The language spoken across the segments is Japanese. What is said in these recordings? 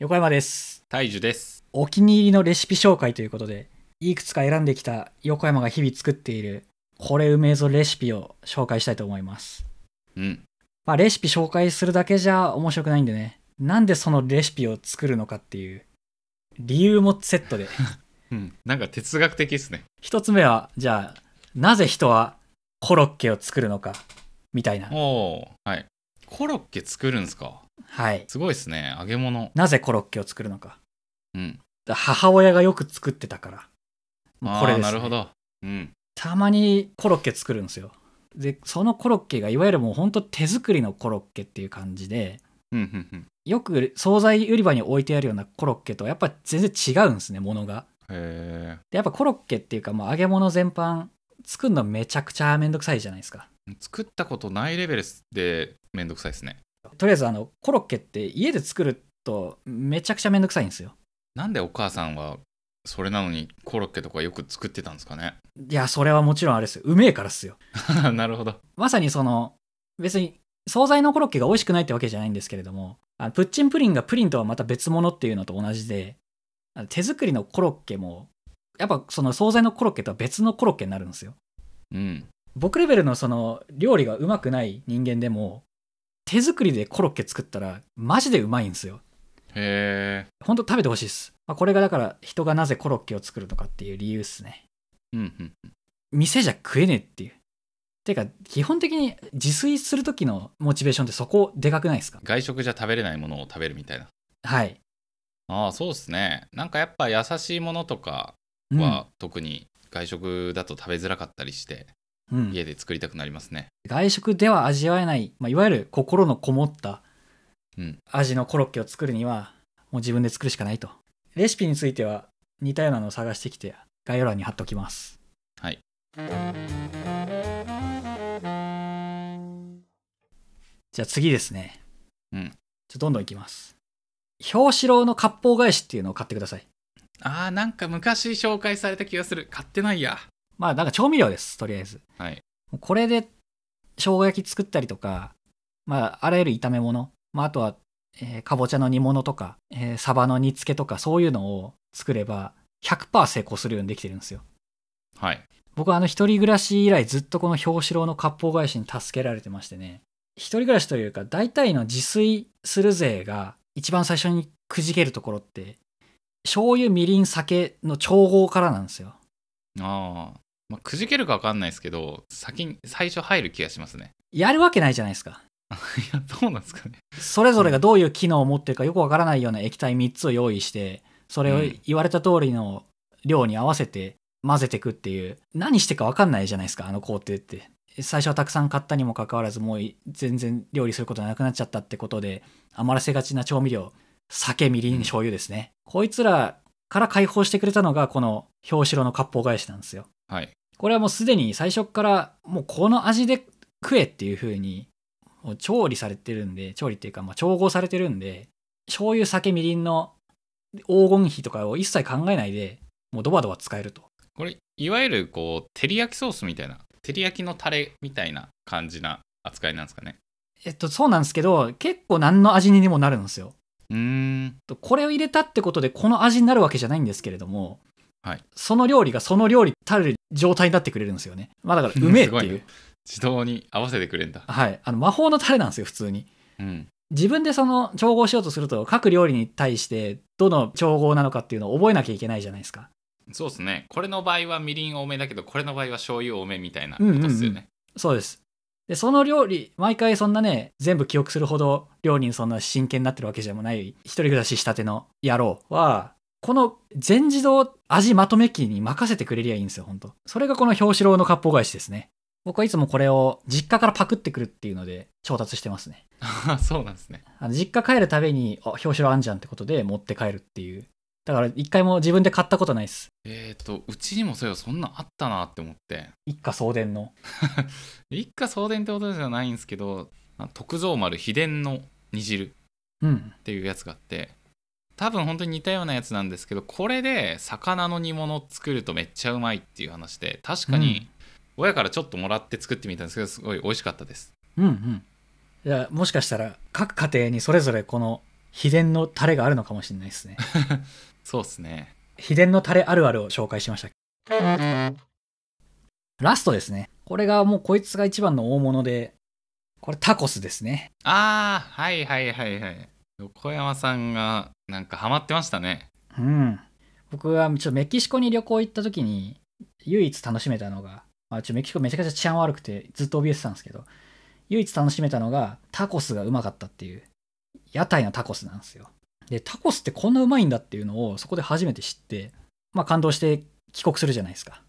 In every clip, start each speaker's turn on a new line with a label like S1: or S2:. S1: 横山です。
S2: 大樹です。
S1: お気に入りのレシピ紹介ということで、いくつか選んできた横山が日々作っている、これうめえぞレシピを紹介したいと思います。
S2: うん。
S1: まあ、レシピ紹介するだけじゃ面白くないんでね、なんでそのレシピを作るのかっていう、理由もセットで。
S2: うん。なんか哲学的ですね。
S1: 一つ目は、じゃあ、なぜ人はコロッケを作るのか、みたいな。
S2: おお。はい。コロッケ作るんですか。
S1: はい。
S2: すごいですね。揚げ物。
S1: なぜコロッケを作るのか。
S2: うん。
S1: 母親がよく作ってたから。もうこれ
S2: あ
S1: で
S2: ー
S1: す、ね。
S2: なるほど。うん。
S1: たまにコロッケ作るんですよでそのコロッケがいわゆるもうほんと手作りのコロッケっていう感じで
S2: うんうんうん。
S1: よく惣菜売り場に置いてあるようなコロッケとやっぱ全然違うんですねものが
S2: へ
S1: でやっぱコロッケっていうかもう揚げ物全般作るのめちゃくちゃめんどくさいじゃないですか
S2: え。作ったことないレベルでめんどくさいですね。
S1: とりあえずあのコロッケって家で作るとめちゃくちゃめんどくさいんですよ
S2: なんでお母さんはそれなのにコロッケとかよく作ってたんですか ね。
S1: いやそれはもちろんあれですようめえからっすよ
S2: なるほど。
S1: まさにその別に惣菜のコロッケが美味しくないってわけじゃないんですけれどもあのプッチンプリンがプリンとはまた別物っていうのと同じであの手作りのコロッケもやっぱその惣菜のコロッケとは別のコロッケになるんですよ
S2: うん。
S1: 僕レベルのその料理がうまくない人間でも手作りでコロッケ作ったらマジでうまいんですよ
S2: へえ。
S1: ほんと食べてほしいです、まあ、これがだから人がなぜコロッケを作るのかっていう理由っすね
S2: うんうん。
S1: 店じゃ食えねえっていうてか基本的に自炊する時のモチベーションってそこでかくないですか
S2: 外食じゃ食べれないものを食べるみたいな。
S1: はい。
S2: ああ、そうですね。なんかやっぱ優しいものとか
S1: うん
S2: は特に外食だと食べづらかったりして、
S1: うん
S2: 家で作りたくなりますね。
S1: 外食では味わえない、まあ、いわゆる心のこもった
S2: うん
S1: 味のコロッケを作るには、もう自分で作るしかないと。レシピについては似たようなのを探してきて、概要欄に貼っときます。
S2: はい。
S1: じゃあ次ですね。
S2: うん
S1: ちょどんどんいきます。表紙郎の割烹返しっていうのを買ってください。
S2: ああ、なんか昔紹介された気がする。買ってないや。
S1: まあなんか調味料です、とりあえず。
S2: はい。
S1: もうこれで生姜焼き作ったりとか、まあ、あらゆる炒め物、まあ、あとは、えーかぼちゃの煮物とか、えーサバの煮付けとかそういうのを作れば100%成功するようにできてるんですよ
S2: はい。
S1: 僕はあの一人暮らし以来ずっとこの表紙郎の割烹返しに助けられてましてね一人暮らしというか大体の自炊する勢が一番最初にくじけるところって醤油みりん酒の調合からなんですよ
S2: ああ。まあ、くじけるかわかんないですけど、先に、最初入る気がしますね。
S1: やるわけないじゃないですか
S2: いや、どうなんですかね。
S1: それぞれがどういう機能を持ってるかよくわからないような液体3つを用意してそれを
S2: うん
S1: 言われた通りの量に合わせて混ぜていくっていう何してかわかんないじゃないですかあの工程って最初はたくさん買ったにもかかわらずもうい全然料理することなくなっちゃったってことで余らせがちな調味料酒みりん醤油ですね、こいつらから解放してくれたのがこの表白の割烹返しなんですよ
S2: はい。
S1: これはもうすでに最初からもうこの味で食えっていう風にもう調理されてるんで調理っていうかまあ調合されてるんで醤油酒みりんの黄金比とかを一切考えないでもうドバドバ使えると
S2: これ、いわゆる、こう、照り焼きソースみたいな、照り焼きのタレみたいな感じな扱いなんですかね。
S1: えっとそうなんですけど結構何の味にでもなるんですよ
S2: うーん。
S1: とこれを入れたってことでこの味になるわけじゃないんですけれども、
S2: はい
S1: その料理がその料理たる状態になってくれるんですよねまあだから うめえって
S2: すご
S1: い
S2: いうね自動に合わせてくれんだ。
S1: はいあの魔法のタレなんですよ普通に
S2: うん。
S1: 自分でその調合しようとすると各料理に対してどの調合なのかっていうのを覚えなきゃいけないじゃないですか
S2: そうですね。これの場合はみりん多めだけど、これの場合は醤油多めみたいな
S1: う
S2: こ
S1: んう
S2: と
S1: んうん
S2: ですよね。
S1: そうですでその料理毎回そんなね全部記憶するほど料理にそんな真剣になってるわけじゃない一人暮らししたての野郎はこの全自動味まとめ機に任せてくれりゃいいんですよほんとそれがこの表紙郎の割烹返しですね僕はいつもこれを実家からパクってくるっていうので調達してますね
S2: ああ、そうなんですね。
S1: あの実家帰るたびにあ表紙郎あんじゃんってことで持って帰るっていうだから一回も自分で買ったことないです
S2: えっ、と、うちにもそういえばそんなんあったなって思って。
S1: 一家送電の
S2: 一家送電ってことじゃないんですけどあ徳蔵丸秘伝の煮汁っ
S1: うん
S2: ていうやつがあって多分本当に似たようなやつなんですけどこれで魚の煮物を作るとめっちゃうまいっていう話で確かに親からちょっともらって作ってみたんですけどすごい美味しかったです
S1: うんうんいやもしかしたら各家庭にそれぞれこの秘伝のタレがあるのかもしれないですね。
S2: そうですね
S1: 秘伝のタレあるあるを紹介しました。ラストですね。これがもうこいつが一番の大物で、これタコスですね。
S2: ああはいはいはいはい横山さんがなんかハマってましたね
S1: うん。僕はちょっとメキシコに旅行行った時に、唯一楽しめたのが、まあ、ちょっとメキシコめちゃくちゃ治安悪くてずっと怯えてたんですけど、唯一楽しめたのがタコスがうまかったっていう、屋台のタコスなんですよ。で、タコスってこんなうまいんだっていうのをそこで初めて知って、まあ感動して帰国するじゃないですか。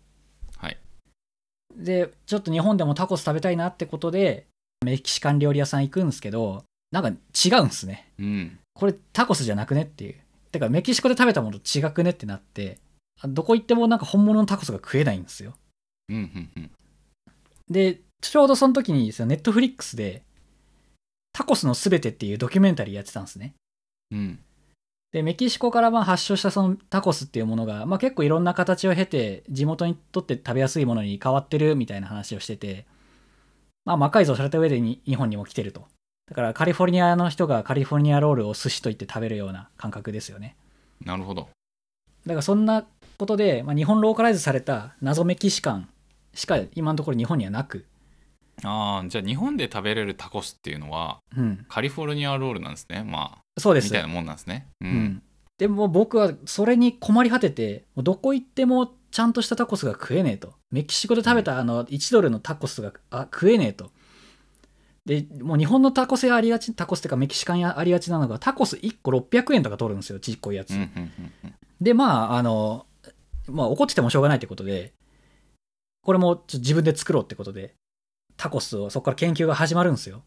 S2: はい。
S1: で、ちょっと日本でもタコス食べたいなってことで、メキシカン料理屋さん行くんですけど、なんか違うんですね。
S2: うん
S1: これタコスじゃなくねっていうてかメキシコで食べたものと違くねってなってあどこ行ってもなんか本物のタコスが食えないんですよ
S2: うんうんうん
S1: でちょうどその時にネットフリックスで「タコスのすべて」っていうドキュメンタリーやってたんですね
S2: うん
S1: でメキシコからまあ発祥したそのタコスっていうものが、まあ、結構いろんな形を経て地元にとって食べやすいものに変わってるみたいな話をしてて、まあ、魔改造された上でに日本にも来てるとだからカリフォルニアの人がカリフォルニアロールを寿司と言って食べるような感覚ですよね
S2: なるほど
S1: だからそんなことで、まあ、日本ローカライズされた謎メキシカンしか今のところ日本にはなく、
S2: ああじゃあ日本で食べれるタコスっていうのは
S1: うん、
S2: カリフォルニアロールなんですねま
S1: そう
S2: あ
S1: で
S2: み
S1: す
S2: たいなもんなんですねう、
S1: うんん、でも僕はそれに困り果ててもうどこ行ってもちゃんとしたタコスが食えねえとメキシコで食べたあの1ドルのタコスがあ食えねえとでもう日本のタコス屋ありがちタコスっていうかメキシカン屋ありがちなのがタコス1個600円とか取るんですよちっこいやつ、
S2: うんうんうんうん
S1: でまああの、まあ、怒っててもしょうがないってことでこれもちょっと自分で作ろうってことでタコスをそこから研究が始まるんですよ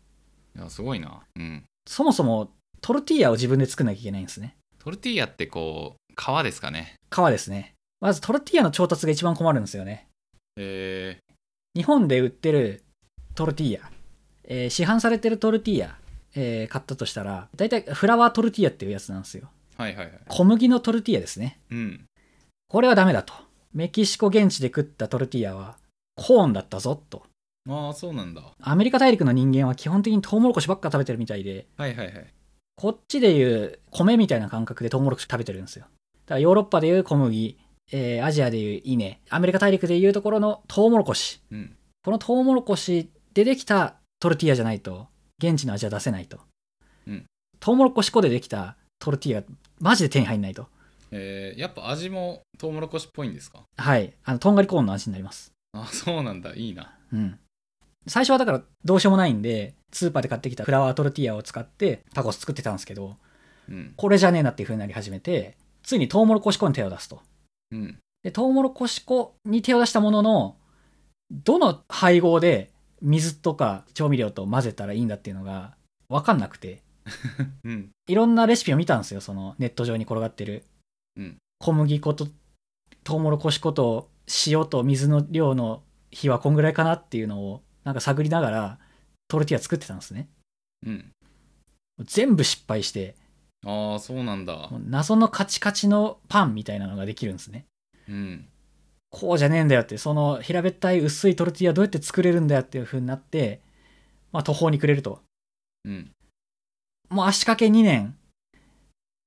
S2: いやすごいな、うん、
S1: そもそもトルティーヤを自分で作んなきゃいけないんですね
S2: トルティーヤってこう皮ですかね
S1: 皮ですねまずトルティーヤの調達が一番困るんですよね
S2: え
S1: 日本で売ってるトルティーヤ、えー市販されてるトルティーヤ、えー買ったとしたら大体フラワートルティーヤっていうやつなんですよ
S2: ー、はいはいはい
S1: 小麦のトルティーヤですね
S2: うん
S1: これはダメだとメキシコ現地で食ったトルティーヤはコーンだったぞと
S2: ああそうなんだ
S1: アメリカ大陸の人間は基本的にトウモロコシばっか食べてるみたいで、
S2: はいはいはい
S1: こっちでいう米みたいな感覚でトウモロコシ食べてるんですよ。だからヨーロッパでいう小麦、えーアジアでいう稲、アメリカ大陸でいうところのトウモロコシ。
S2: うん
S1: このトウモロコシでできたトルティーヤじゃないと、現地の味は出せないと。
S2: うん
S1: トウモロコシ粉でできたトルティーヤ、マジで手に入んないと。
S2: えー、やっぱ味もトウモロコシっぽいんですか
S1: はい。あの、とんがりコーンの味になります。
S2: あーそうなんだいいな
S1: うん。最初はだからどうしようもないんで、スーパーで買ってきたフラワートルティーヤを使ってタコス作ってたんですけど、
S2: うん
S1: これじゃねえなっていう風になり始めてついにトウモロコシ粉に手を出すと
S2: うん
S1: でトウモロコシ粉に手を出したもののどの配合で水とか調味料と混ぜたらいいんだっていうのが分かんなくて
S2: うん
S1: いろんなレシピを見たんですよそのネット上に転がってる、
S2: うん
S1: 小麦粉とトウモロコシ粉と塩と水の量の比はこんぐらいかなっていうのをなんか探りながらトルティア作ってたんですね
S2: うん
S1: 全部失敗して
S2: ああそうなんだ
S1: もう謎のカチカチのパンみたいなのができるんですね
S2: うん
S1: こうじゃねえんだよってその平べったい薄いトルティーヤどうやって作れるんだよっていう風になって、まあ、途方に暮れると
S2: うん
S1: もう足掛け2年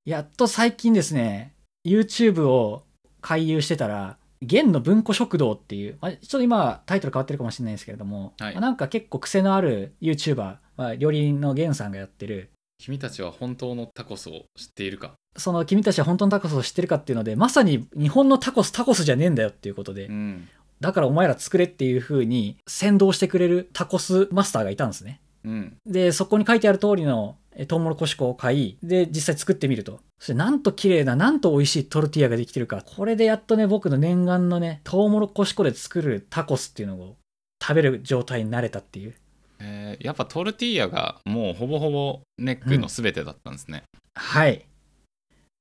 S1: やっと最近ですね YouTube を回遊してたら元の文庫食堂っていう、まあ、ちょっと今タイトル変わってるかもしれないですけれども、
S2: はい
S1: まあなんか結構癖のある YouTuber、まあ、料理人の元さんがやってる
S2: 君たちは本当のタコスを知っているか
S1: その君たちは本当のタコスを知ってるかっていうのでまさに日本のタコスタコスじゃねえんだよっていうことで、
S2: うん
S1: だからお前ら作れっていう風に先導してくれるタコスマスターがいたんですね。
S2: うん
S1: で、そこに書いてある通りのえトウモロコシ粉を買い、で、実際作ってみると。そしてなんと綺麗な、なんと美味しいトルティーヤができてるか。これでやっとね、僕の念願のね、トウモロコシ粉で作るタコスっていうのを食べる状態になれたっていう。
S2: えー、やっぱトルティーヤがもうほぼほぼネックの全てだったんですね
S1: はい。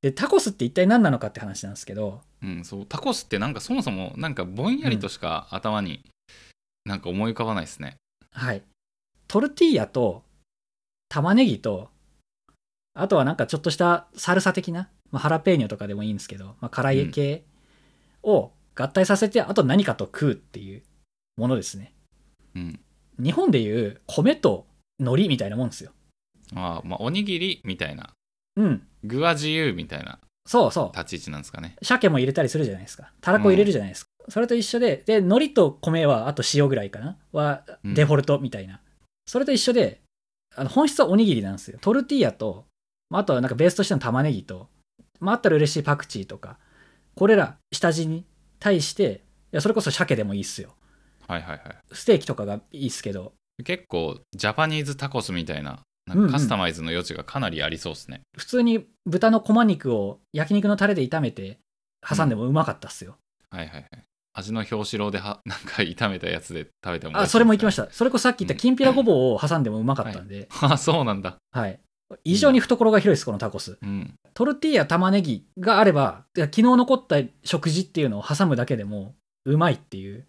S1: で、タコスって一体何なのかって話なんですけど、
S2: うん、そうタコスってなんかそもそもなんかぼんやりとしか頭になんか思い浮かばないですね
S1: はい。トルティーヤと玉ねぎと、あとはなんかちょっとしたサルサ的な、まあ、ハラペーニョとかでもいいんですけど、まあ、辛い系を合体させて、あと何かと食うっていうものですね。
S2: うん
S1: 日本でいう米と海苔みたいなもんですよ。
S2: あーまあおにぎりみたいな
S1: うん。
S2: 具は自由みたいな
S1: そうそう。
S2: 立ち位置なんですかね
S1: 鮭も入れたりするじゃないですか。たらこ入れるじゃないですか。それと一緒で、で、海苔と米は、あと塩ぐらいかなは、
S2: うん
S1: デフォルトみたいな。それと一緒で、あの本質はおにぎりなんですよ。トルティーヤと、まああとはなんかベースとしての玉ねぎと、まあ、あったら嬉しいパクチーとか、これら下地に対して、いやそれこそ鮭でもいいっすよ。
S2: はいはいはい
S1: ステーキとかがいいっすけど、
S2: 結構ジャパニーズタコスみたいなな
S1: うんう
S2: ん
S1: ん
S2: かカスタマイズの余地がかなりありそうですね、
S1: 普通に豚のこま肉を焼肉のタレで炒めて挟んでもうまかったっすよ。
S2: はいはいはい味の表紙郎では なんか炒めたやつで食べても
S1: あ、それも行きましたた。それこそさっき言ったきんぴらごぼうを挟んでもうまかったんで、
S2: あそうなんだ
S1: はい。異常に懐が広いです、このタコス。
S2: うん
S1: トルティーヤ、玉ねぎがあれば、いや昨日残った食事っていうのを挟むだけでもうまいっていう、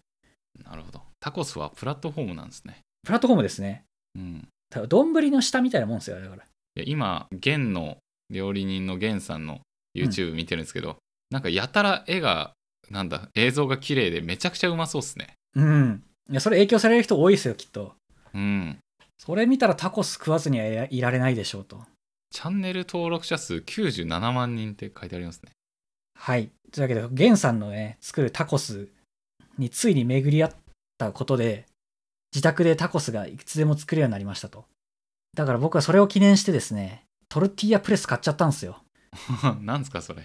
S2: なるほどタコスはプラットフォームなんですね
S1: プラットフォームですね。
S2: うん
S1: ただ丼の下みたいなもんですよ、だから。
S2: いや今源の料理人の源さんの YouTube 見てるんですけど、なんかやたら絵がなんだ映像が綺麗でめちゃくちゃうまそうっすね
S1: うん。いや、それ影響される人多いですよ、きっと。
S2: うん
S1: それ見たらタコス食わずにはいらいられないでしょうと。
S2: チャンネル登録者数97万人って書いてありますね
S1: はい。というわけで、ゲンさんのね、作るタコスについに巡り合ったことで、自宅でタコスがいくつでも作れるようになりましたと。だから僕はそれを記念してですね、トルティーヤプレス買っちゃったんですよ。
S2: なんですかそれ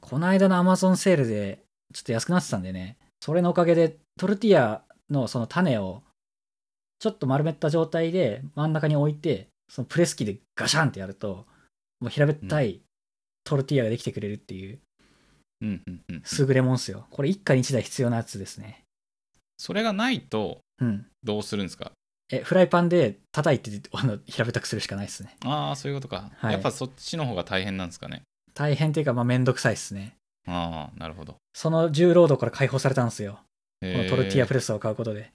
S1: この間の Amazon セールで、ちょっと安くなってたんでね、それのおかげで、トルティーヤのその種を、ちょっと丸めた状態で真ん中に置いて、そのプレス機でガシャンってやると、もう平べったいトルティーヤができてくれるっていう、
S2: うんうんうん
S1: 優れもんっすよ。これ一家に一台必要なやつですね。
S2: それがないと
S1: うん。
S2: どうするんですか
S1: え、フライパンで叩いて、あの、平べったくするしかないですね。
S2: ああそういうことか、
S1: はい
S2: やっぱそっちの方が大変なんですかね
S1: 大変っていうか、まあ、めんどくさいっすね。
S2: ああなるほど
S1: その重労働から解放されたんですよ。
S2: こ
S1: このトルティーヤプレスを買うことで。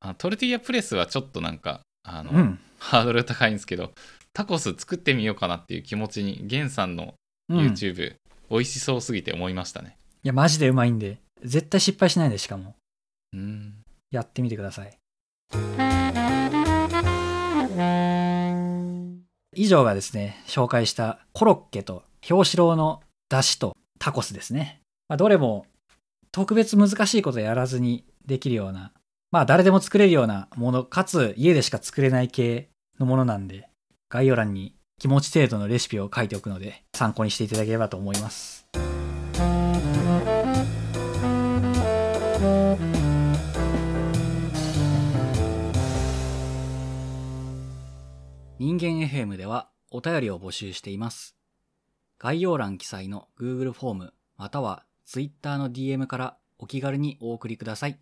S2: あトルティーヤプレスはちょっとなんかあの、
S1: うん。
S2: ハードル高いんですけどタコス作ってみようかなっていう気持ちにゲンさんの
S1: うん、い
S2: YouTube、美味しそうすぎて思いましたね
S1: や、マジでうまいんで。絶対失敗しないんで、しかも。
S2: うん
S1: やってみてください。以上がですね、紹介したコロッケと表紙郎の出汁とタコスですね。まあ、どれも特別難しいことやらずにできるような、まあ誰でも作れるようなもの、かつ家でしか作れない系のものなんで、概要欄に気持ち程度のレシピを書いておくので、参考にしていただければと思います。人間 FM ではお便りを募集しています。概要欄記載の Google フォームまたは Twitter の DM からお気軽にお送りください。